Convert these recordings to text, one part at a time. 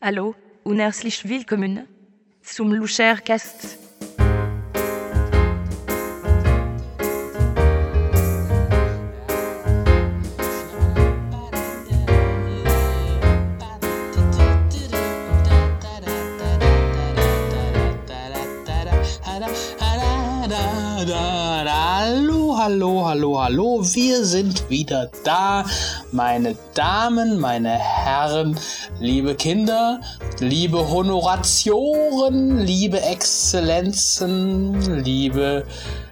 Hallo und herzlich willkommen zum Lucher Cast. Hallo, hallo, hallo, hallo, wir sind wieder da, meine Damen, meine Herren, liebe Kinder, liebe Honoratioren, liebe Exzellenzen, liebe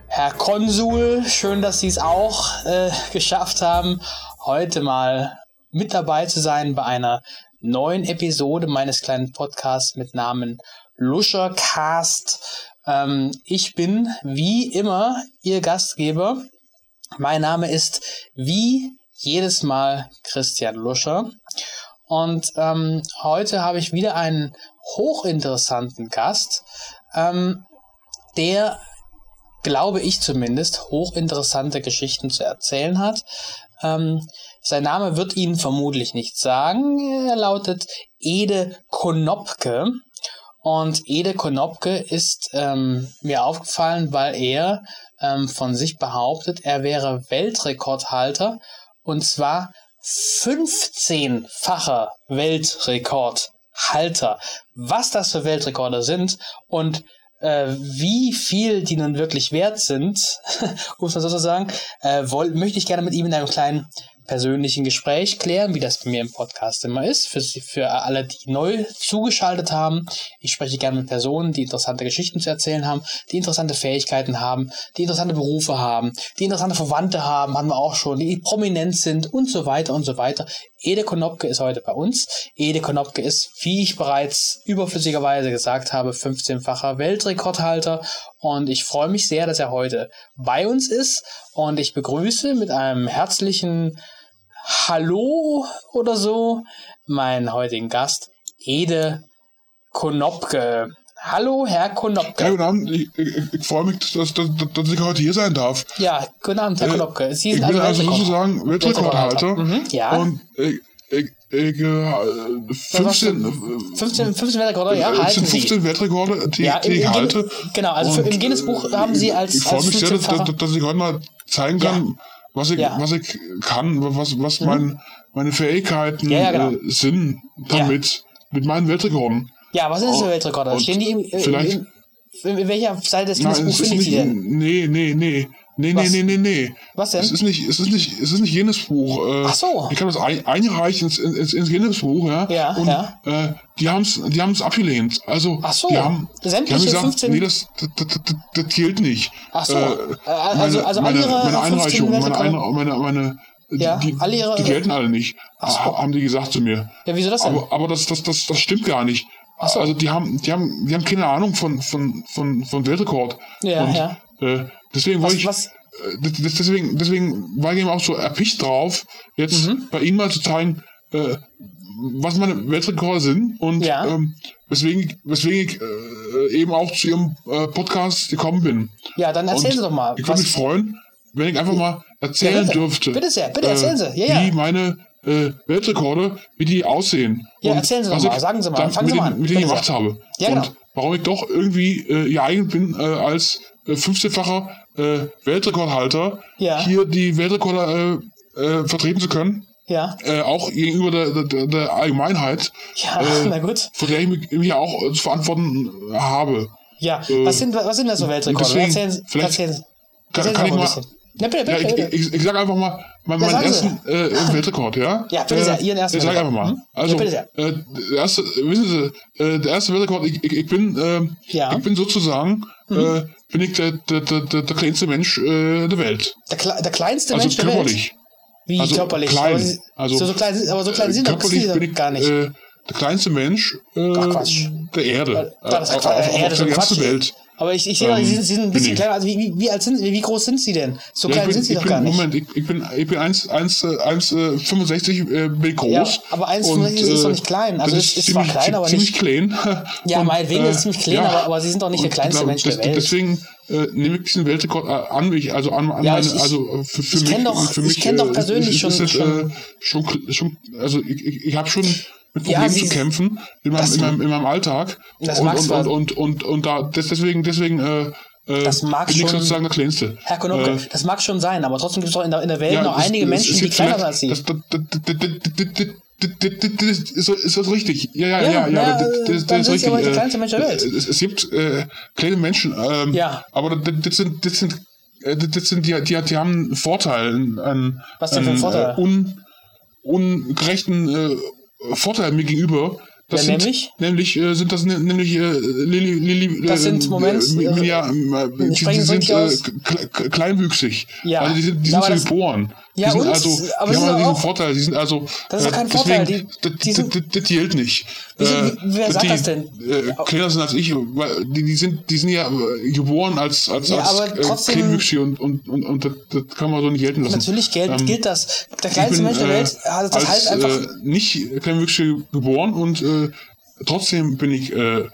Herr Konsul, schön, dass Sie es auch äh, geschafft haben, heute mal mit dabei zu sein bei einer neuen Episode meines kleinen Podcasts mit Namen Luschercast. Ähm, ich bin wie immer Ihr Gastgeber. Mein Name ist wie jedes Mal Christian Luscher. Und ähm, heute habe ich wieder einen hochinteressanten Gast, ähm, der, glaube ich zumindest, hochinteressante Geschichten zu erzählen hat. Ähm, sein Name wird Ihnen vermutlich nichts sagen. Er lautet Ede Konopke. Und Ede Konopke ist ähm, mir aufgefallen, weil er ähm, von sich behauptet, er wäre Weltrekordhalter und zwar 15-facher Weltrekordhalter. Was das für Weltrekorde sind und äh, wie viel die nun wirklich wert sind, muss man sozusagen, äh, woll, möchte ich gerne mit ihm in einem kleinen persönlichen Gespräch klären, wie das bei mir im Podcast immer ist. Für, für alle, die neu zugeschaltet haben, ich spreche gerne mit Personen, die interessante Geschichten zu erzählen haben, die interessante Fähigkeiten haben, die interessante Berufe haben, die interessante Verwandte haben, hatten wir auch schon, die prominent sind und so weiter und so weiter. Ede Konopke ist heute bei uns. Ede Konopke ist, wie ich bereits überflüssigerweise gesagt habe, 15-facher Weltrekordhalter und ich freue mich sehr, dass er heute bei uns ist und ich begrüße mit einem herzlichen Hallo oder so meinen heutigen Gast, Ede Konopke. Hallo, Herr Konopke. Ja, guten Abend. Ich, ich, ich freue mich, dass, dass, dass ich heute hier sein darf. Ja, guten Abend, Herr Konopke. Sie Ich sind bin ein also Weltrekord- sozusagen Weltrekordhalter. Mhm, ja. Und ich, ich, ich, äh, hast du? 15, äh, 15, 15 Weltrekorder, ja, es halten sind Sie. 15 Weltrekorde, die, Ja, die ich im- im Guin- halte. genau, also für- Und, im Guinness-Buch haben Sie äh, als- Ich freue als mich sehr, dass, 15-facher dass, dass ich heute mal zeigen kann, Ja. was, ich, Ja. Mhm. was ich kann, was, was mein, meine Fähigkeiten Ja, ja, genau. äh, sind damit, mit meinen Weltrekorden. Ja, was ist das für Oh, Weltrekorder? und Stehen die im, vielleicht- in, in, in welcher Seite des Nein, Guinness-Buchs es ist finde ich nicht. die denn? Nee, nee, nee. Nee, Was? nee, nee, nee, nee. Was denn? Es ist nicht, es ist nicht, es ist nicht jenes Buch. Äh, Ach so. Ich kann das ein, einreichen ins, ins, ins jenes Buch, ja. Ja, Und, ja. Äh, die haben es die haben's abgelehnt. Also, Ach so. die haben, die Sämtliche haben gesagt, 15 nee, das, das, das, das, das gilt nicht. Ach so. Äh, Äh, also- also meine, andere meine 15 Einreichung, meine, Weltrekorde- Einra- meine, meine, die- Ja, die, alle ihre- die gelten alle nicht, ha- haben die gesagt zu mir. Ja, wieso das denn? Aber, aber das, das, das, das stimmt gar nicht. so. Also die haben, die haben, die haben keine Ahnung von, von, von, von Weltrekord. Ja, und, ja. Äh, deswegen Was- wollte ich, was- äh, das, das- deswegen, deswegen war ich eben auch so erpicht drauf, jetzt Mhm. bei Ihnen mal zu zeigen, äh, was meine Weltrekorde sind und Ja. ähm, weswegen, weswegen ich äh, eben auch zu Ihrem äh, Podcast gekommen bin. Ja, dann erzählen Sie doch mal, Ich würde was- mich freuen, wenn ich einfach mal erzählen bitte. dürfte. Bitte sehr, bitte erzählen Sie. Ja, ja. Äh, wie meine äh, Weltrekorde, wie die aussehen. Ja, erzählen Sie doch was mal, ich sagen Sie mal, dann fangen mit Sie mal denen- an. Mit denen Bitte gemacht sehr. habe. Ja, und genau. warum ich doch irgendwie äh, geeignet bin, äh, als äh, 15-facher äh, Weltrekordhalter Ja. hier die Weltrekorde äh, äh, vertreten zu können. Ja. Äh, auch gegenüber der, der, der Allgemeinheit, Ja, Äh, na gut. vor der ich mich, mich auch äh, zu verantworten äh, habe. Ja, Äh, was sind, was sind das so Weltrekorde? deswegen, erzählen Sie, vielleicht erzählen Sie. erzählen kann- kann Sie ich doch mal ein mal- bisschen. Na, bitte, bitte, Ja, ich, bitte. ich, ich sag einfach mal mein, meinen sagen Äh, Sie. ersten äh, Weltrekord, ja? Ja, bitte sehr, äh, Ihren ersten Ich sag einfach Weltrekord. mal. Mhm. Also, Ja, bitte sehr. äh, der erste, wissen Sie, äh, der erste Weltrekord, ich, ich, ich bin, äh, Ja. Mhm. ich bin sozusagen, äh, bin ich der, der, der, der, der kleinste Mensch äh, der Welt. der, Kle- der kleinste Also Mensch der Welt. körperlich. Wie Also körperlich? klein. Aber, sie- Also, so, so klein, sind- aber so klein Äh, sind doch körperlich sie bin ich doch gar nicht. Äh, der kleinste Mensch äh, Ach, Quatsch. der Erde. Ja, das Äh, ist Quatsch. auf, auf, Ja, das auf ist der ganzen Quatsch. Welt. Aber ich, ich sehe doch, Ähm, sie sind, sie sind ein bin bisschen ich. kleiner. Also wie, wie, wie, alt sind sie, wie groß sind sie denn? So Ja, klein ich bin, sind sie ich doch bin, gar nicht. Moment, ich, ich bin, ich bin 1, 1, 1, 65 äh, bin ich groß. Ja, aber 1,65 ist äh, doch nicht klein. Also das es ist zwar ziemlich- klein, aber ziemlich klein. äh, Ja, meinetwegen ist es ziemlich klein, aber- aber Sie sind doch nicht der und kleinste da- Mensch der Welt. Deswegen äh, nehme ich diesen Weltrekord äh, an mich, also an, an Ja, meine, ich- ich- also äh, für, für ich mich. kenn doch- für ich mich kenn doch äh, persönlich ist- ist schon- das, äh, schon, schon, also ich, ich, ich habe schon mit Ja, Problemen sie zu ist- kämpfen in meinem, das- in meinem, in meinem Alltag. Das und, mag und, zwar- und, und, und, und da, des- deswegen, deswegen äh, äh, Das mag bin ich schon- sozusagen der Kleinste. Herr Konoke, Äh, das mag schon sein, aber trotzdem gibt es doch in der, in der Welt noch es- einige es- Menschen, es die gibt kleiner sind vielleicht- als sie. Das, das, das, das, das, das, das, das, das ist, ist das richtig? Ja, ja, Ja, ja, ja, ja, das, das, das, dann sind ist sie richtig. aber der Äh, kleinste Mensch der Welt. Es, es gibt äh, kleine Menschen, ähm, Ja. aber das, das sind, das sind, äh, das das sind die, die, die haben einen Vorteil, einen, einen, Was denn für ein einen, Vorteil? Äh, un, ungerechten äh, Vorteil mir gegenüber. Das Ja, sind, nämlich? Nämlich äh, sind das ne, nämlich äh, Lili, Lili, Das äh, sind, Moment, äh, mi- äh, Milliard- äh, die, sprechen Sie die sind richtig äh, aus? kle- kle- kleinwüchsig. Ja. Also die sind, die Ja, aber sind so das- geboren. Ja, die und? sind also, Aber die sie haben sind einen riesen auch- Vorteil. Die sind also. Das ist doch äh, kein Vorteil, die- das- die sind- das- Das das gilt nicht. Wie- Äh, wie- wer dass sagt die, das denn? Äh, kleiner sind als ich, weil die, die, sind, die sind ja äh, geboren als, als, Ja, als aber trotzdem- äh, kleinwüchsig und, und, und, und das, das kann man so nicht gelten lassen. Natürlich gilt, Ähm, gilt das. Der ich kleinste bin, Mensch der äh, Welt, also das als, heißt einfach, Äh, nicht kleinwüchsig geboren und äh, trotzdem bin ich äh,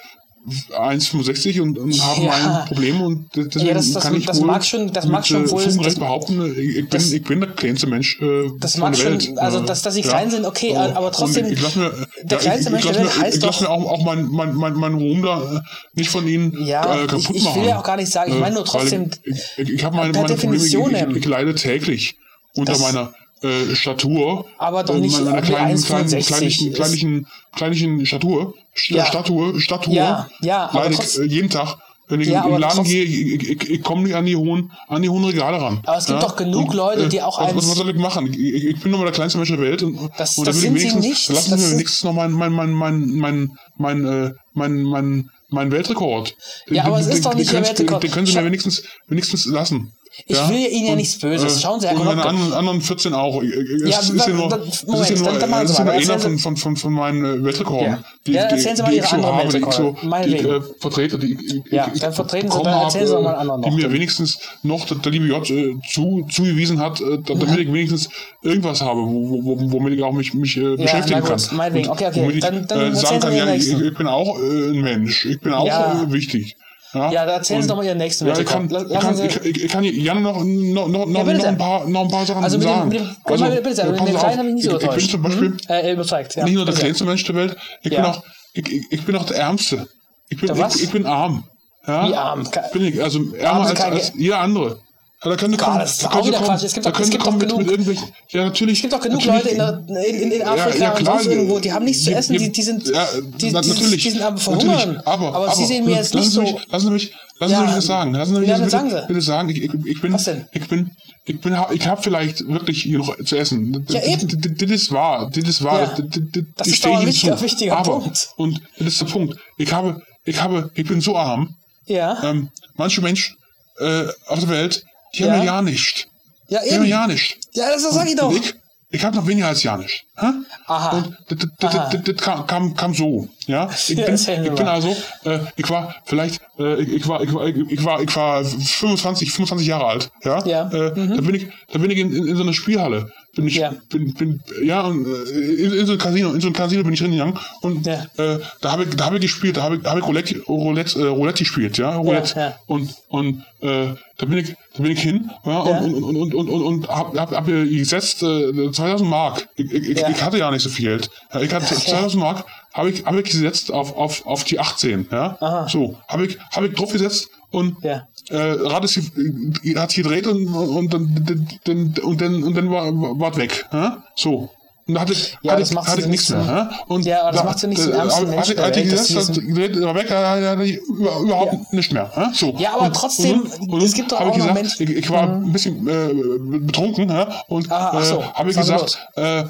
1,65 und, und habe Ja. mein Problem und de- deswegen das- das- kann ich das wohl mag schon- das mag mit, schon äh, wohl- Fuggenrecht das- behaupten, äh, ich bin, das- ich bin der kleinste Mensch äh, Das von mag der schon- Welt. also, äh, dass- dass sie klein sind, okay, aber und trotzdem, Ich, ich lass mir, der kleinste Mensch ich, ich der lass Welt mir, heißt ich lass doch- mir auch, auch mein, mein, mein, mein Ruhm da äh, nicht von ihnen Ja, äh, kaputt ich- ich will machen. Äh, ja auch gar nicht sagen, ich meine nur weil trotzdem- Ich, ich, ich habe meine, Per meine Probleme, ich, Definition, ich, ähm, ich leide täglich unter Das- meiner äh, Statur. äh, Aber doch nicht meiner mit kleinen, kleinen, 1,65 kleinlichen, ist- kleinlichen, kleinlichen Statur. St Ja. Statur, Statur. Ja, ja, aber leide ich trotz- äh, jeden Tag. Wenn ich Ja, in den aber Laden trotz- gehe, ich, ich, ich, ich komme nicht an die hohen, an die hohen Regale ran. äh, Aber es gibt doch genug Leute, die auch was, eins- was soll ich machen? Ich, ich ich bin nur mal der kleinste Mensch der Welt und, Das- und das da will ich sind sie wenigstens- nicht. Lassen Das Sie mir sind- wenigstens noch mein, mein, mein, mein, mein, mein, äh, mein, mein, mein Weltrekord. Den- Ja, aber es den- ist den- doch nicht den Ihr können Sie- Weltrekord. Den, den können Sie Scha- mir wenigstens, wenigstens lassen. Ich will Ihnen ja nichts Böses. Schauen Sie, Herr Herr Äh, Und meine Konopka. anderen, anderen 14 auch. Äh, Es Ja, ist wa- ja nur, wa- es ist Moment, ja nur, äh, dann- dann machen es Sie ist mal. ja nur einer Erzählen Sie- von, von, von, von meinen äh, Weltrekorden. Ja. Ja, erzählen Sie mal Ihre anderen habe, die ich so, Weltrekorde. die ich, Meinetwegen. äh, vertrete, die ich, ich, Ja, ich dann vertreten Sie- bekommen dann erzählen Sie doch habe, mal einen anderen Die noch. mir wenigstens noch der, der liebe J äh, zu, zugewiesen hat, äh, da- damit ich wenigstens irgendwas habe, wo, wo, womit ich auch mich, mich äh, beschäftigen na kann. gut, meinetwegen. Okay, okay, womit ich, dann- dann äh, erzählen Sie sagen kann, den ja, ich, nächsten. ich bin auch äh, ein Mensch. Ich bin auch Ja. äh, wichtig. Ja, dann erzählen Sie doch mal Ihren nächsten ja, ich Weltrekord. kann, Lass- ich, kann, lassen Sie- ich, ich, ich kann Jan noch, noch, noch, noch, bitte noch, ein sehr. paar, noch ein paar Sachen Also mit dem- sagen. mit dem- mal bitte, bitte, ja, mit dem passen Sie Kleinen auf. habe ich nicht so ich, ich bin überzeugt. zum Beispiel äh, überzeugt. Ja. nicht nur der Bitte. kleinste Mensch der Welt, ich, Ja. bin, auch, ich, ich, ich bin auch der Ärmste. Ich bin, Der was? ich, ich bin arm. Ja? Wie arm? Ke- Bin ich, also ärmer Sie als, kein als Geld? jeder andere. Ja, da können Sie Gott, kommen, das ist da auch können Sie wieder kommen- Quatsch. Es gibt da doch- können es Sie gibt kommen doch mit, genug- mit irgendwelchen, ja natürlich. Es gibt doch genug natürlich- Leute in, der, in, in, in Afrika und sonst irgendwo, die haben nichts zu ja, essen, ja, die, die sind, ja, die, die, na, natürlich, die sind am Verhungern. natürlich, aber, aber Sie sehen mir jetzt lassen nicht Sie so. mich, Lassen Sie mich, lassen Ja, Sie mich das sagen. Lassen Sie mich ja, das dann bitte, sagen Sie. bitte sagen. Ich, ich, ich bin, Was denn? Ich bin, ich bin, ich habe vielleicht wirklich genug zu essen. Ja, eben. D- d- Das ist wahr, das ist wahr. Ja. d- d- d- Das ich ist stehe doch ein Ihnen wichtiger- zu. wichtiger aber, Punkt. Und das ist der Punkt. Ich habe, ich habe, ich bin so arm. Ja, Ähm, manche Menschen äh, auf der Welt, die Ja. haben ja, ja nicht. ja, Die haben eben. ja nicht. Ja, das sag ich doch. Und ich, ich habe noch weniger als Janisch. Hä? Aha. Und das, das, das, Aha. das, das kam, kam, kam so. Ja? Ich, Ja, bin, erzählen Sie ich bin mal. also, äh, ich war vielleicht, äh, ich, ich, war, ich, war, ich, war, ich war 25, 25 Jahre alt. Ja. Ja. Mhm. Äh, Da bin ich, da bin ich in, in, in so einer Spielhalle. Bin ich, Ja. Bin, bin, ja und, äh, in, in so ein Casino, in so ein Casino bin ich reingegangen und Ja. äh, da habe ich, da habe ich gespielt, da habe ich, habe ich Roulette, Roulette, äh, Roulette gespielt, ja, Roulette. ja. Und, und äh, da, bin ich, da bin ich hin ja, und, Ja. und, und, und, und, und, und hab, hab, hab äh, gesetzt äh, 2000 Mark. Ich, ich, ich- Ja. ich hatte ja nicht so viel Geld. Ja, Ich hatte 2000 Mark, habe ich, hab ich gesetzt auf, auf, auf die 18. Ja? Aha. So, habe ich, hab ich drauf gesetzt und Ja. äh, Rad ist, ge- äh, hat sich gedreht und, und, dann, dann, dann, und dann, und dann war war weg. Ja? So. Und da hatte, ich- Ja, hatte, das ich- macht hatte sie ich nichts nicht mehr. zum- ja? Und Ja, aber das da- macht sie nicht zum äh, ärmsten hatte- Menschen der hatte ich Welt, dass gesetzt, sie hat- gedreht, war weg, da- da- da- über- überhaupt Ja. nicht mehr. ja? So. Ja, aber trotzdem, es gibt doch hab auch ich noch gesagt, Menschen- Hm. Ich, ich war ein bisschen äh, betrunken ja? und Ah, ach so. äh, habe ich Sag gesagt, äh,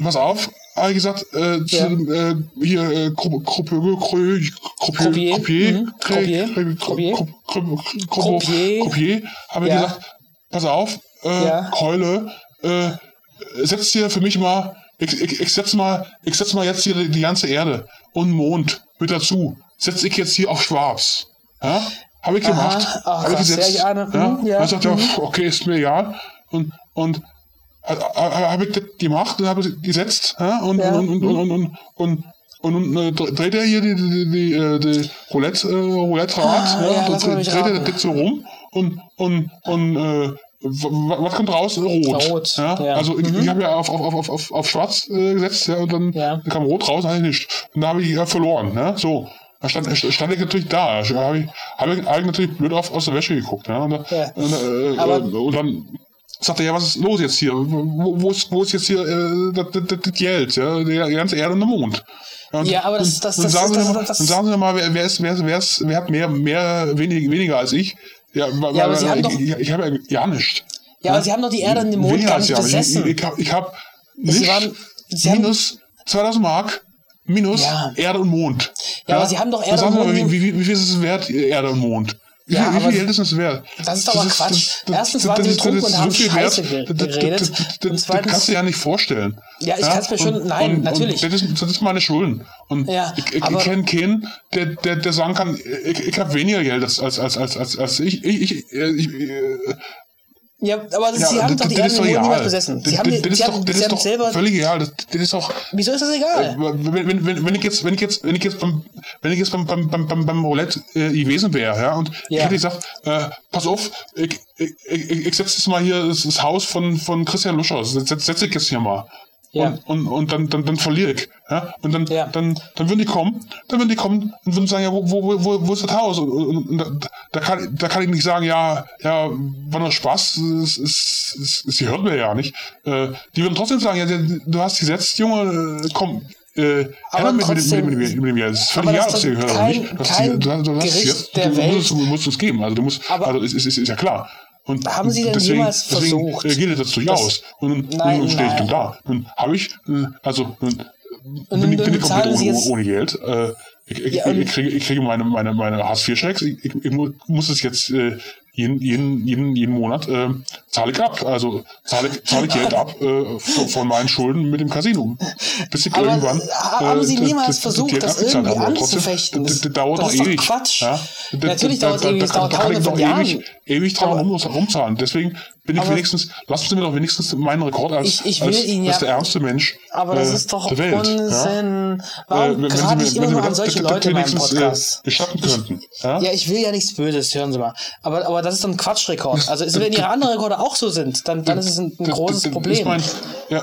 pass auf, habe ich gesagt, äh, zu, Ja. äh, hier, äh, Gruppe, Gruppe, Gruppe, Croupier, Croupier, mhm. Croupier, Croupier, Croupier. Croupier, Croupier, Croupier, Croupier. Croupier, habe ich Ja. gesagt, pass auf, äh, Ja. Keule, äh, setz dir für mich mal, ich, ich, ich setz mal, ich setz mal jetzt hier die, die ganze Erde und Mond mit dazu. Setz ich jetzt hier auf Schwarz. Ja? Habe ich gemacht. Ach, habe ich das ist gesetzt. ja eine- ja? mhm, ja, Dann sagt er, pf, okay, ist mir egal. Und, und habe ich das gemacht und habe ich gesetzt. Ja? Und, Ja. und, und, und, und, und, und und nun äh, dre- dreht er hier die, die, die, die, äh, die Roulette, äh, Roulette-Rad, Ah, ja, und lass mal dreht mich er raten. das so rum und, und, und äh, w- w- was kommt raus? Rot. Rot, ja? ja. Mhm. Also ich, ich habe ja auf, auf, auf, auf, auf, auf Schwarz äh, gesetzt, ja, und dann Ja. kam Rot raus, dann hatte ich nicht. Und dann habe ich ja verloren, ne? So. Da stand, stand ich natürlich da. Da Habe ich, hab ich eigentlich natürlich blöd auf, aus der Wäsche geguckt. Ne? Und, da- Ja. und, äh, Aber- äh, und dann sagte er, ja, was ist los jetzt hier? Wo, wo, ist, wo ist jetzt hier äh, das, das, das, das Geld? Ja? Die ganze Erde und der Mond. und, Ja, aber das- das- und, das- und sagen das- Sie mir mal- das- und sagen Sie mir mal, wer, wer, ist, wer, ist, wer, ist, wer hat mehr, mehr wenig, weniger als ich? Ja, weil, Ja, aber weil- Sie haben ich, doch- ich, ich habe ja ja nicht. Ja, aber sie haben doch die Erde und den Mond Weniger gar als nicht ja, aber besessen. Ich, ich, ich habe ich hab nicht waren- Sie haben- minus 2000 Mark minus Ja. Erde und Mond. Ja, aber Sie haben doch Dann Erde sagen und Sie mal, Mond- Wie, wie, wie viel ist es wert, Erde und Mond? Wie, Ja, viel, wie aber- viel Geld ist es wert? Das ist doch aber Quatsch. Erstens waren Sie ist- betrunken ist und haben Scheiße wert, ge- das- geredet. Das, Und das, das, das zweitens- kannst du ja nicht vorstellen. Ja, ich kann's mir schon- nein, natürlich. Und das, ist, das ist meine Schulden. Und Ja, ich, ich, aber- ich kenne keinen, der, der, der sagen kann, ich, ich habe weniger Geld als, als, als, als, als, als ich. ich, ich, ich, ich Ja, aber ja, Sie haben doch die das Erde ist und den Mond niemals egal. besessen. Das- Sie haben, das- die- das Sie ist doch- haben, das Sie ist haben doch selber. völlig egal. Das, das ist doch. Wieso ist das Äh, egal? wenn, wenn, wenn, wenn ich jetzt, wenn ich jetzt, wenn ich jetzt beim, wenn ich jetzt beim, beim, beim, beim, beim Roulette äh, gewesen wäre, ja, und ich Ja. hätte gesagt, äh, pass auf, ich, ich, ich, ich setze jetzt mal hier das, das Haus von, von Christian Luscher, setze setz ich jetzt hier mal. Ja. Und, und, und dann, dann, dann verliere ich. Ja? Und dann, Ja. dann, dann würden die kommen, dann würden die kommen und würden sagen, ja, wo, wo, wo- wo, wo ist das Haus? Und, und, und da, da, kann, da kann ich nicht sagen, ja, ja, war nur Spaß, es, es, es, sie hört mir ja nicht. Äh, die würden trotzdem sagen, ja, du hast gesetzt, Junge, äh, komm, äh, Aber her mit, mit, trotzdem- mit, mit, mit, mit dem Geld. Es ist völlig aber egal, das ob ist sie doch gehört oder kein- nicht. Du hast kein die- du hast- du hast Gericht jetzt- der du Welt. musst, es- du musst es geben, also du musst, Aber- also es ist, ist, ist ja klar. Und Haben Sie denn deswegen, jemals deswegen, versucht, äh, gilt das durchaus. Und Nein, nun stehe ich nein. dann da. Nun habe ich, äh, also nun nun- bin, ich- bin nun ich komplett bezahlen Sie ohne, jetzt- ohne Geld. Äh, ich, ich, Ja, ich, und- ich, kriege, ich kriege meine, meine, meine Hartz-IV-Schecks. Ich, ich, ich mu- muss es jetzt äh, jeden, jeden, jeden, jeden Monat äh, zahle ich ab. Also zahle ich, zahle ich Geld ab äh, von, von meinen Schulden mit dem Casino. Bis ich Aber irgendwann. äh, haben Sie das- niemals das- versucht, Geld das abbezahlt irgendwie habe. Aber trotzdem, anzufechten? Das, Das- das dauert das doch ist doch ewig. Quatsch. Ja? Da- Natürlich da- dauert da- ewig, da kann- dauert da kann ich Tausende doch von ewig, Jahren. ewig dran rum, rumzahlen. Deswegen bin ich Aber- wenigstens, lassen Sie mir doch wenigstens meinen Rekord als, Ich- ich will als, Ihnen als ja- der ärmste Mensch Aber das äh, ist doch der Welt. Ja? Unsinn. Warum Äh, wenn Sie gerade mir- ich wenn immer Sie nur mir an das- solche das- das Leute in meinem wenigstens, äh, Podcast? gestatten könnten. Ja? Ja, ich will ja nichts Böses, hören Sie mal. Aber, aber das ist ein Quatschrekord. Also Äh, es- wenn Ihre anderen Rekorde auch so sind, dann, dann ist es ein, ein Das- großes das- das Ist Problem. äh, mein, ja,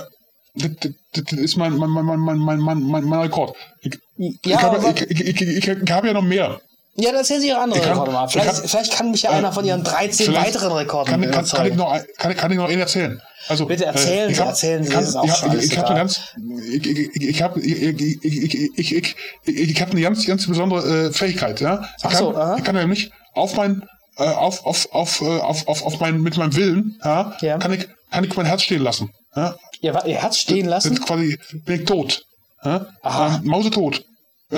das, das, das ist mein, mein, mein, mein, mein, mein, mein, mein, mein Rekord. Ich, Ja, ich, habe, aber- ich, ich, ich, ich, ich habe ja noch mehr. Ja, dann erzählen Sie Ihre anderen Ich kann- Rekorde mal. ich Vielleicht kann- äh, kann, vielleicht kann mich ja einer von Ihren 13 Vielleicht weiteren Rekorden kann, kann, kann, überzeugen. ich noch, ein- kann, ich- kann ich noch einen erzählen? Also, Bitte erzählen ich Sie, erzählen Sie, kann- ist auch ich hab- schon alles Ich, ich habe eine egal. ganz, ich, ich, ich- ich habe, ich, ich, ich, ich, ich, ich, ich habe eine ganz, ganz besondere äh, Fähigkeit, ja. Ich Ach kann, so, aha. ich kann nämlich auf mein, äh, auf, auf, auf, äh, auf, auf, auf mein, mit meinem Willen, ja, Ja. kann ich, kann ich mein Herz stehen lassen, ja. Ihr, wa- Ihr Herz stehen lassen? Sind quasi, bin ich tot. Ja? Aha. Ähm, mausetot. Äh,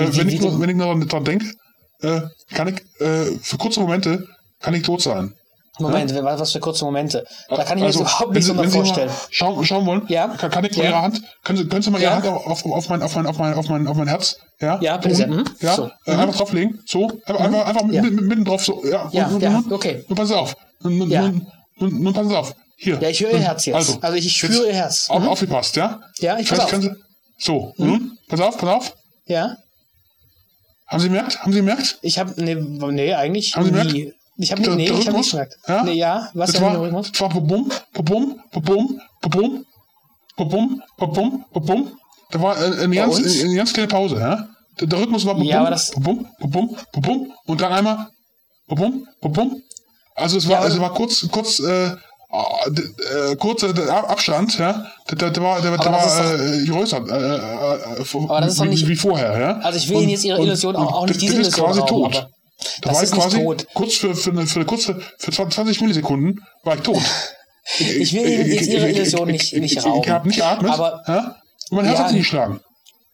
Wie- wie- wenn, wie ich nur, denn? wenn ich nur daran denke, äh, kann ich, äh, für kurze Momente, kann ich tot sein. Moment, wa- was für kurze Momente. Da kann ich mir Also, das überhaupt wenn nicht Sie- so wenn Sie mal vorstellen. Schauen, schauen wollen, Ja? kann, kann ich mal Ja. Ihre Hand, können Sie, können Sie mal Ja. Ihre Hand auf, auf, auf, mein, auf, mein, auf, mein, auf, mein, auf mein Herz, ja? Ja, bitte. Tun, Mhm. ja? So. Äh, Einfach drauflegen, so, einfach, einfach, einfach Ja. mitten, mitten drauf, so, ja. Ja, Und- und- ja, und- okay. Nun passen Sie auf. Nun, nun, Ja. nun, nun, nun passen Sie auf. Hier. Ja, ich höre Ihr Herz jetzt. Also, Also, ich- ich spüre Ihr Herz. Auf, Mhm. Aufgepasst, ja? Ja, ich Vielleicht pass auf. Mhm. können Sie, so, nun, pass auf, pass auf. Ja? Haben Sie gemerkt? Haben Sie gemerkt? Ich habe nee, nee, eigentlich Haben Sie nie. gemerkt? Ich habe nee, ich hab nicht gemerkt. Ja? Nee, ja, was das denn war, der Rhythmus? Das war Bum, Bum, Bum, Bum, Bum, Bum, Bum. Da war äh, eine, ganz, uns? eine, eine ganz kleine Pause. Ja? Der, der Rhythmus war Bum, Ja, aber das- Bum, Bum, Bum und dann einmal Bum, Bum. Also es war, aber- es war kurz, kurz, äh, ah, d- äh, kurzer d- Ab- Abstand, ja. Da, da, da war, da, da Aber das war äh, größer, äh, äh, äh, vor- Aber das ist doch wie, nicht- wie vorher, ja. Also ich will Ihnen jetzt Ihre Illusion auch- auch das- nicht diese das ist Illusion quasi rauben, tot. aber Da das war ich ist nicht quasi tot. kurz für, für, eine, für eine kurze, für 20 Millisekunden war ich tot. Ich will Ihnen jetzt Ihre Illusion nicht- nicht Ich, rauben. habe nicht geatmet. Aber- ja? Und mein Herz Ja. hat nicht geschlagen.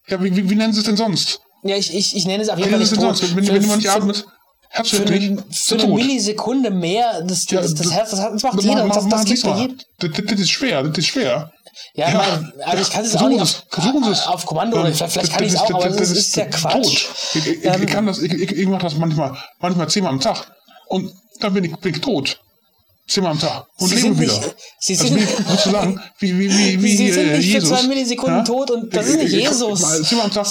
Ja, wie, wie, wie nennen Sie es denn sonst? Ja, ich, ich, ich nenne es auf Wie jeden Fall nennen Sie nicht es denn tot. sonst? Wenn, wenn, Für- wenn jemand nicht für- atmet, Herz Für hört nicht, eine, ist für er eine tot. Millisekunde mehr, das, Ja, das, das Herz, das, hat- das macht jeder. ma- und das, machen das Sie es gibt ja mal. jedem. Das, das, das ist schwer, das ist schwer. Ja, Ja, Mein, also ich kann es jetzt auch versuchen nicht Sie auf, es, versuchen Sie es. auf Kommando, oder Ähm, vielleicht, vielleicht das- kann ich es das- auch, das- aber das, das ist, ja Quatsch. Ähm, tot. Ich, ich, ich kann das, ich, ich, ich mache das manchmal, manchmal zehnmal am Tag. Und dann bin ich, bin ich tot. Zehnmal am Tag. Und Sie lebe sind wieder. nicht- Sie also sind- bin ich sozusagen wie, wie, wie, wie Sie sind äh, nicht für Jesus. zwei Millisekunden tot und das Ich- ist nicht ich- ich- Jesus. mal Zehnmal am Tag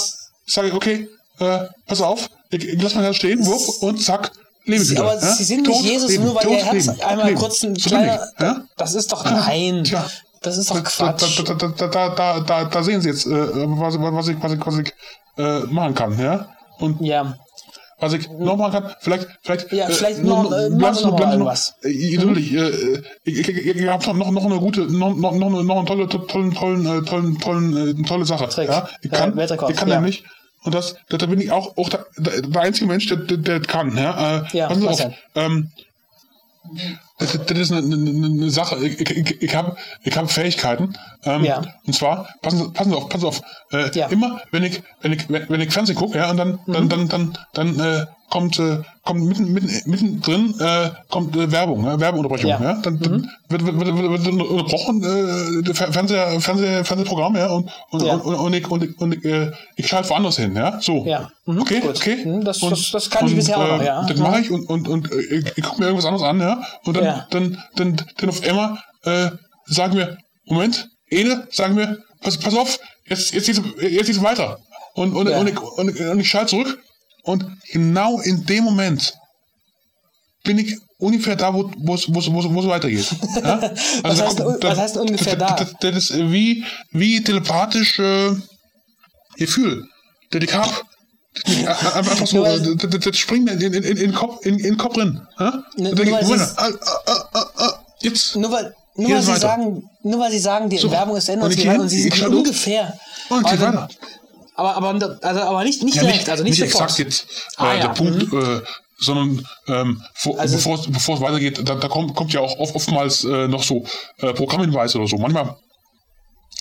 sage ich, okay, äh, pass auf, ich, ich lass mein Herz stehen, wupp, und zack, leben Sie, wieder, aber ja? sie sind Tot, nicht Jesus, leben, nur weil tot, ihr Herz leben, einmal leben, kurz ein zurück, kleiner. ja? Das ist doch nein. Tja. Das ist doch Da, Quatsch. da, da, da, da, da, da, da, da sehen Sie jetzt, äh, was, was ich, was ich, was ich äh, machen kann, ja? Und Ja. was Also ich noch machen kann, vielleicht, vielleicht, Mhm. Ja, vielleicht nur- noch, nur- äh, machen bleiben Sie Sie noch noch- bleiben mal Mhm. Sie noch- irgendwas. Äh, ich- natürlich, äh, ich, ich, ich, ich hab noch, noch, noch eine gute, noch, noch, noch eine, noch eine tolle, to- tollen, tollen, äh, tollen, tollen, äh, tolle Sache. Trick. Ja? Ich Ja, kann, Weltrekord, ich kann ja. nämlich, und das, da, da bin ich auch, auch der, der, der einzige Mensch, der, der, der das kann, ja? Äh, Ja, passen Sie was auf, denn? ähm, das, das das ist eine, eine, eine eine Sache. Ich, ich, ich habe ich hab Fähigkeiten. Ähm, Ja. Und zwar, passen Sie, passen Sie auf, passen Sie auf. Äh, Ja. Mhm. Immer, wenn ich, wenn ich, wenn wenn ich Fernsehen gucke, ja, und dann, dann, dann, dann, dann äh, kommt, äh, kommt mitten, mitten, mittendrin äh, kommt äh, Werbung, ja, Werbeunterbrechung. Ja. Ja. Mhm. Dann, dann wird, wird, wird, wird, wird unterbrochen, äh, der Fer- Fernseher, Fernseher, Fernsehprogramm, ja, und, und, Ja. und, und ich, und ich, und ich, äh, ich schalte woanders hin, ja. So. Ja. Mhm, Okay, gut. okay. äh, Mhm, das- das- das kann ich bisher auch noch, ja. Das Ja. mache ich und, und, und äh, ich, ich gucke mir irgendwas anderes an, ja. Und dann, Ja. dann, dann, dann auf einmal äh, sagen wir, Moment, Ene, sagen wir, pass, pass auf, jetzt, jetzt geht's, jetzt geht's weiter. Und, und, Ja. und ich, und, ich- und ich schalte zurück. Und genau in dem Moment bin ich ungefähr da, wo wo es wo es- wo es- wo es weitergeht. Ja? Was da heißt un- was heißt ungefähr das, da? Das, das, das ist wie, wie telepathisch äh, Gefühl, das ich hab. Das ist Einfach einfach so, äh, Nur- das- das, das springt in, in, in, in, den Kopf, in, in den Kopf drin. Ja? Ne- Da denk nur ich, es Moment, ist- ah, ah, ah, ah, jetzt. Nur weil, nur Hier weil ist sie weiter. sagen, nur weil sie sagen, die So. Werbung ist Ende Und und, ich sie- gehe hin, und sie ich sind schaue hoch. ungefähr. Und ich gehe aber, weiter. aber, aber, also, aber nicht, nicht direkt, also nicht, sofort. exakt jetzt äh, Ah, ja. der Punkt, äh, sondern ähm, vor, Also- bevor, es, bevor es weitergeht, da, da kommt, kommt ja auch oft, oftmals äh, noch so äh, Programmhinweise oder so. Manchmal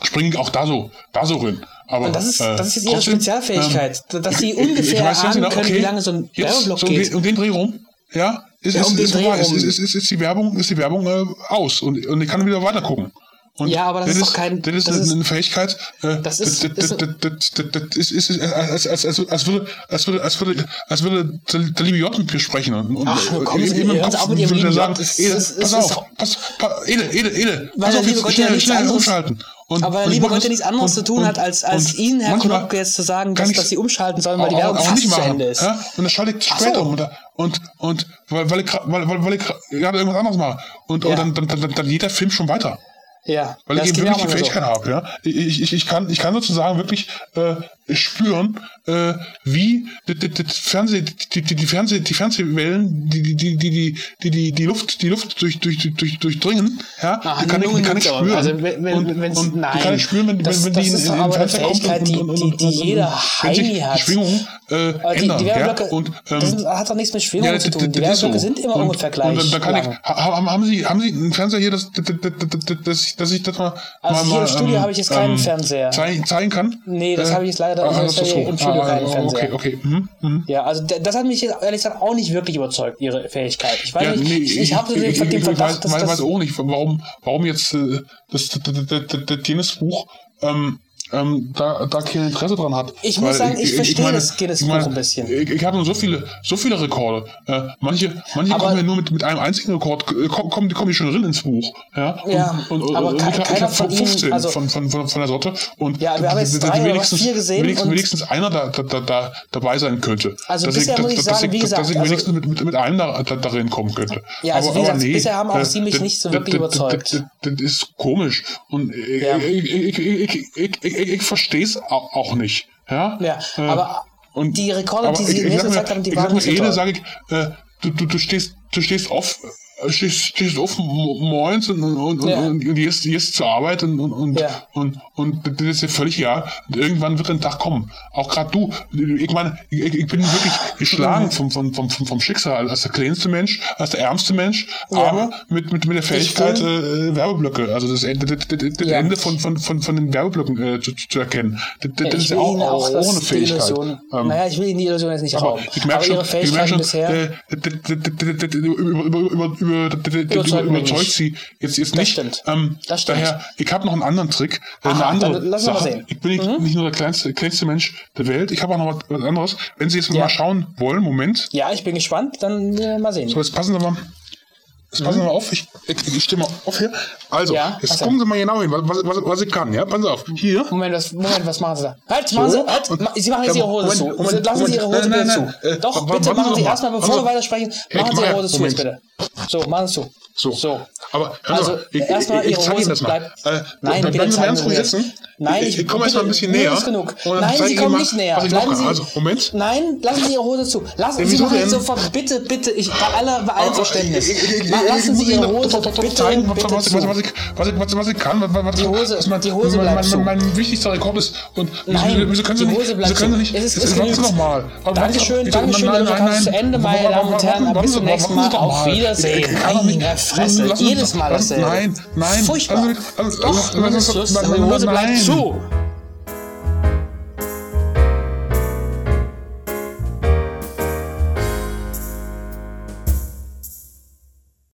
springe ich auch da so, da so rein. Aber, Und das ist, äh, das ist jetzt ihre trotzdem, ähm, Spezialfähigkeit, dass sie ich- ich- ungefähr ich weiß ganz ahnen genau, können, okay, wie lange so ein jetzt, Werbeblock so um geht. Den, um den Dreh rum, ja, ist, Ja, ist, um den ist, Dreh vorbei, ist, rum. ist, ist, ist, ist die Werbung, ist die Werbung äh, aus und, und ich kann wieder weiter gucken. Und Ja, aber das ist doch kein- Das ist das eine, ist- eine Fähigkeit. Äh, Das ist- Das, das, ist- das, das, das, das ist, ist, ist als, als, als, als würde, als würde, als würde, als würde der, der liebe J mit mir sprechen und, und Ach, und kommen Sie- in- in meinem hören Sie Kopf auf mit Ihrem würde er lieben sagen, J. Es- Ede, es- es pass ist auf, doch- pass, pa- Ede, Ede, Weil Ede, pass der auf, liebe jetzt Gott ja schnell, nichts schnell anderes- umschalten. Und- aber der und- liebe und- Gott ja nichts anderes und- zu tun hat, als, als und Ihnen, Herr manchmal Knopke, jetzt zu sagen, kann dass, ich- dass Sie umschalten sollen, weil die auch- Werbung auch fast nicht zu machen, Ende ist. Ja? Und dann schalte ich später so. um. Und, und, und weil, weil ich, gra- weil, weil, weil ich gra- gerade irgendwas anderes mache. Und, und Ja. dann, dann, dann, dann, dann geht der Film schon weiter. Ja, Weil ich das eben geht mir wirklich die auch immer so. Fähigkeit habe. Ja? Ich, ich, ich, kann, ich kann sozusagen wirklich äh, spüren, äh, wie die, die, die, Fernseh, die, die, die, Fernseh, die Fernsehwellen, die, die, die, die, die, die, die, die Luft, die Luft durch, durch, durch- durch, durchdringen. Ja? Ah, die kann ich, nun die kann ich nicht, aber- spüren. also wenn- wenn- wenn's- und, und die kann nein. ich spüren, wenn, Das- wenn, wenn das die in, ist in doch den aber eine Fernseher kommt Fähigkeit, und, die- und, und, die- und, die und, jeder wenn sich Heini hat. die Schwingungen äh, Aber die, ändern. die Werbblöcke, ja? und, ähm, das sind- hat doch nichts mit Schwingung zu das- tun. Die das ist Werbblöcke sind immer und, ungefähr gleich. Und dann kann lang. ich, ha, haben, haben, Sie, haben Sie einen Fernseher hier, dass, dass, dass, dass, ich, dass ich das mal. Also mal, hier im mal, Studio habe ich jetzt keinen Fernseher. Zeigen, zeigen kann? Nee, das habe ich jetzt leider- ah, ich habe das jetzt ist leider so. im Studio Ah, keinen Fernseher. Okay, okay. Mhm, mhm. Ja, also d- das hat mich jetzt ehrlich gesagt auch nicht wirklich überzeugt, ihre Fähigkeit. Ich weiß Ja, nicht, nee, ich, ich habe den, den Verdacht, weiß, dass weiß, weiß das... auch nicht, warum, warum jetzt äh, das, das, das, das, das, das jenes Buch ähm, ähm, da, da kein Interesse dran hat. Ich muss sagen, ich verstehe meine- das jenes ich Buch ein bisschen. Ich, ich habe nur so viele, so viele Rekorde. Äh, manche manche Aber- kommen ja nur mit, mit einem einzigen Rekord, äh, kommen, kommen, die kommen schon drin ins Buch. Ja, Ja, und, und, aber und, ke- ich, hab- ich keiner habe von Ihnen- 15 also- von, von, von, von der Sorte. Und Ja, wir haben jetzt die- die- die drei oder wenigstens- vier gesehen Wenigstens, und- wenigstens einer da, da, da, da dabei sein könnte. Also dass bisher ich, muss ich dass, dass sagen, ich, wie dass- gesagt, dass ich also- wenigstens mit, mit, mit einem da, da, darin kommen könnte. Ja, also wie gesagt, bisher haben auch Sie mich äh, das- nicht so wirklich das- überzeugt. Das, das, das ist komisch. Und ich, Ja. ich, ich, ich, ich, ich, ich, ich verstehe es auch, auch nicht. Ja, Ja, Äh, aber die Rekorde, aber die Sie ich- mir ich jetzt sag gesagt mir- haben, die ich waren sag nicht so mir, Ede, toll. sag ich, äh, du, du, du stehst, du stehst auf, äh, stehst, stehst auf mo- morgens und, und, und, Ja. und, und gehst, gehst zur Arbeit und, und, und, Ja. und, und das ist ja völlig ja. Irgendwann wird ein Tag kommen. Auch gerade du. Ich meine, ich, ich bin wirklich Mhm. geschlagen vom, vom, vom, vom, vom Schicksal als der kleinste Mensch, als der ärmste Mensch, aber mit, mit, mit der Fähigkeit, äh, äh, Werbeblöcke, also das, Ende- das, das, das Ja. Ende von, von, von, von den Werbeblöcken äh, zu, zu erkennen. Das, das, Ja, das ich ist ja will auch, Ihnen auch, das- auch eine die Fähigkeit. Illusion, Ähm, naja, ich will Ihnen die Illusion jetzt nicht aber rauben. ich merke aber schon, Ihre ich merke Fähigkeiten schon, bisher... äh, d- d- d- d- d- d- über- über- über- über- d- d- d- Überzeugt mich überzeugt nicht. sie jetzt, jetzt Das nicht. stimmt. Ähm, Das stimmt. Daher, ich habe noch einen anderen Trick, äh, eine Aha, andere dann lass uns mal Sache. sehen. Mhm. Ich bin nicht, nicht nur der kleinste, kleinste Mensch der Welt, ich habe auch noch was, was anderes. Wenn Sie jetzt Ja. mal schauen wollen, Moment. Ja, ich bin gespannt, dann äh, mal sehen. So, jetzt passen Sie mal. Jetzt passen Sie mal auf, ich, ich, ich stimme auf hier. Also, Mhm. Ja, jetzt achso. gucken Sie mal genau hin, was, was, was, was ich kann, ja? Passen Sie auf. Hier. Moment, was, Moment, was machen Sie da? Halt, machen Sie, halt, Und- ma, Sie machen jetzt Ja, Ihre Hose Moment, zu. Moment, Lassen Sie Moment. Ihre Hose Nein, bitte nein, zu. nein, äh, Doch, wa- wa- bitte machen warten Sie Sie noch mal. erstmal, bevor Also, wir weitersprechen, ich machen Sie mache- Ihre Hose zu jetzt bitte. Moment. So, machen Sie zu. So. So. Aber hören Sie Also, mal, ich, erstmal ich, ich Ihre zeige Ihnen Hose das mal. bleibt. Äh, Nein, dann bitte bleiben Sie mal zeigen ganz Sie ruhig mir jetzt. sitzen. Nein, ich, ich ich- komme erstmal ein bisschen bitte, näher. mir ist genug. Und dann Nein, zeige Sie ich kommen Ihnen nicht mal, näher. Was ich noch Bleiben kann. Sie- Also, Moment. Nein, lassen Sie Ihre Hose zu. Lassen Ja, Sie wieso machen denn? jetzt sofort, bitte, bitte, ich, bei, aller, bei allem Verständnis. Oh, Also, Ich- ich- ich- ich- Ma- ich- Lassen ich Sie muss Ihre Ihnen doch- Hose doch- doch bitte, zeigen, was- bitte was- was- was zu. ich- was ich- was- was ich kann, was- was- was- Die Hose- was mein- die Hose mein- bleibt mein- zu. Mein wichtigster Rekord ist. Und wieso- Nein, wieso können Sie die nicht- Hose bleibt wieso können zu. Sie nicht- Es ist- jetzt- es jetzt warten Sie genügt. doch mal. Warte, Dankeschön, wieso- Dankeschön, nein, der nein, Podcast ist nein. zu Ende, meine Warten- Damen und warten- Herren. Bis warten Sie zum doch, nächsten warten Mal. Sie doch Auf mal. Ich- ich Wiedersehen. kann doch nicht- Meine Fresse, Lassen Sie- jedes Mal lassen- dasselbe. Nein, nein. Furchtbar. lassen Sie mich- also- Doch, also- lassen Sie es also- los. Ihre Hose bleibt nein. zu.